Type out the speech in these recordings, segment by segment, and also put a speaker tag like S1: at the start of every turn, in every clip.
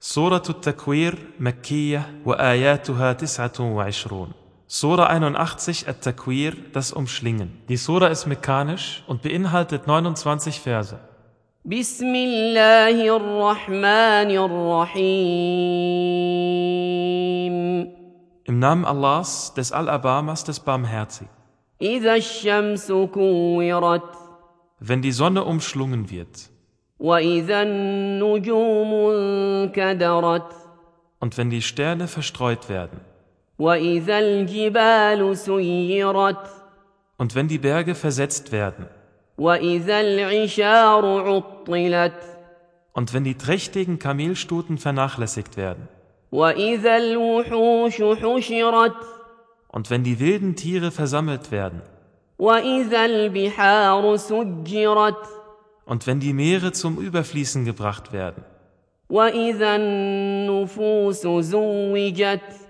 S1: سورة التكوير مكية وآياتها 29. Sura 81 At-Takwir, das Umschlingen. Die Sura ist mekanisch und beinhaltet 29 Verse.
S2: بسم الله الرحمن الرحيم
S1: Im Namen Allahs, des Allerbarmers, des Barmherzigen.
S2: إذا الشمس كورت
S1: Wenn die Sonne umschlungen wird
S2: وإذا النجوم انكدرت
S1: und wenn die Sterne verstreut werden
S2: وإذا الجبال سيرت
S1: und wenn die Berge versetzt werden
S2: وإذا العشار عطلت
S1: und wenn die trächtigen Kamelstuten vernachlässigt werden
S2: وإذا الوحوش حشرت
S1: und wenn die wilden Tiere versammelt werden
S2: وإذا البحار سجرت
S1: und wenn die Meere zum Überfließen gebracht werden
S2: وإذا النفوس زوجت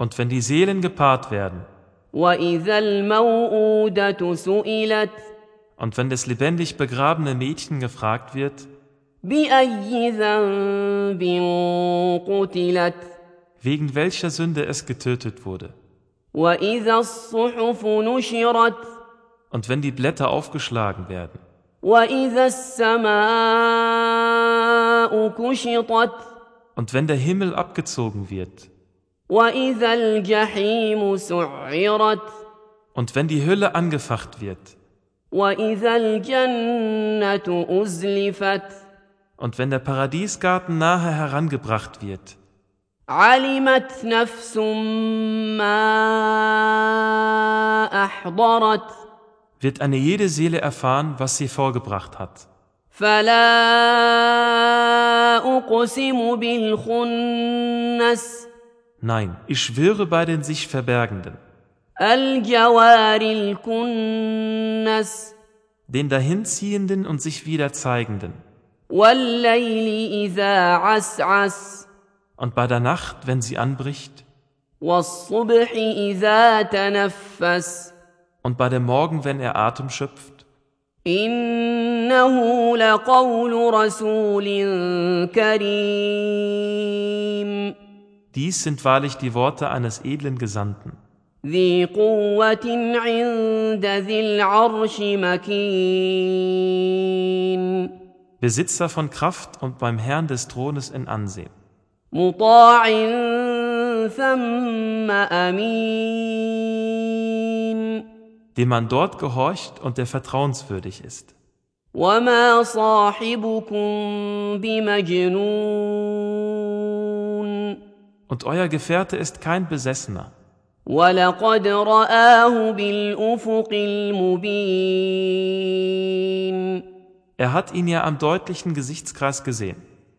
S1: und wenn die Seelen gepaart werden
S2: وإذا الموءودة سئلت
S1: und wenn das lebendig begrabene Mädchen gefragt wird,
S2: بأي ذنب قتلت
S1: wegen welcher Sünde es getötet wurde,
S2: وإذا الصحف نشرت
S1: und wenn die Blätter aufgeschlagen werden,
S2: وإذا السماء كشطت
S1: und wenn der Himmel abgezogen wird,
S2: وإذا الجحيم سعرت
S1: und wenn die Hölle angefacht wird,
S2: وإذا الجنة أزلفت
S1: und wenn der Paradiesgarten nahe herangebracht wird,
S2: علمت نفس ما أحضرت
S1: wird eine jede Seele erfahren, was sie vorgebracht hat.
S2: فلا أقسم بالخنس
S1: Nein, ich schwöre bei den sich Verbergenden,
S2: الجوار الكنس
S1: den Dahinziehenden und sich wieder Zeigenden,
S2: والليل إذا عسعس
S1: und bei der Nacht, wenn sie anbricht,
S2: والصبح إذا تنفس
S1: und bei dem Morgen, wenn er Atem schöpft,
S2: إنه لقول رسول كريم
S1: Dies sind wahrlich die Worte eines edlen Gesandten,
S2: ذي قوة عند ذي العرش مكين
S1: Besitzer von Kraft und beim Herrn des Thrones in Ansehen,
S2: مطاع ثم أمين
S1: dem man dort gehorcht und der vertrauenswürdig ist.
S2: وما صاحبكم بمجنون
S1: Und euer Gefährte ist kein Besessener,
S2: ولقد رآه بالأفق المبين
S1: er hat ihn ja am deutlichen Gesichtskreis gesehen.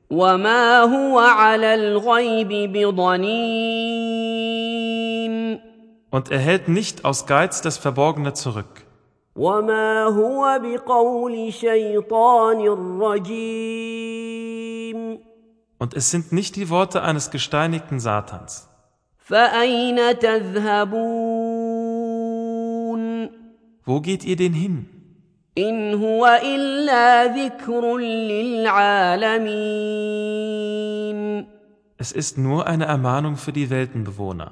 S2: وما هو على الغيب بضنين
S1: Und er hält nicht aus Geiz das Verborgene zurück.
S2: وما هو بقول شيطان رجيم
S1: Und es sind nicht die Worte eines gesteinigten Satans.
S2: فأين تذهبون
S1: Wo geht ihr denn hin?
S2: إن هو إلا ذكر للعالمين
S1: Es ist nur eine Ermahnung für die Weltenbewohner.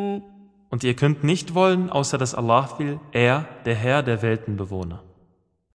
S1: Und ihr könnt nicht wollen, außer dass Allah will, er, der Herr der Weltenbewohner.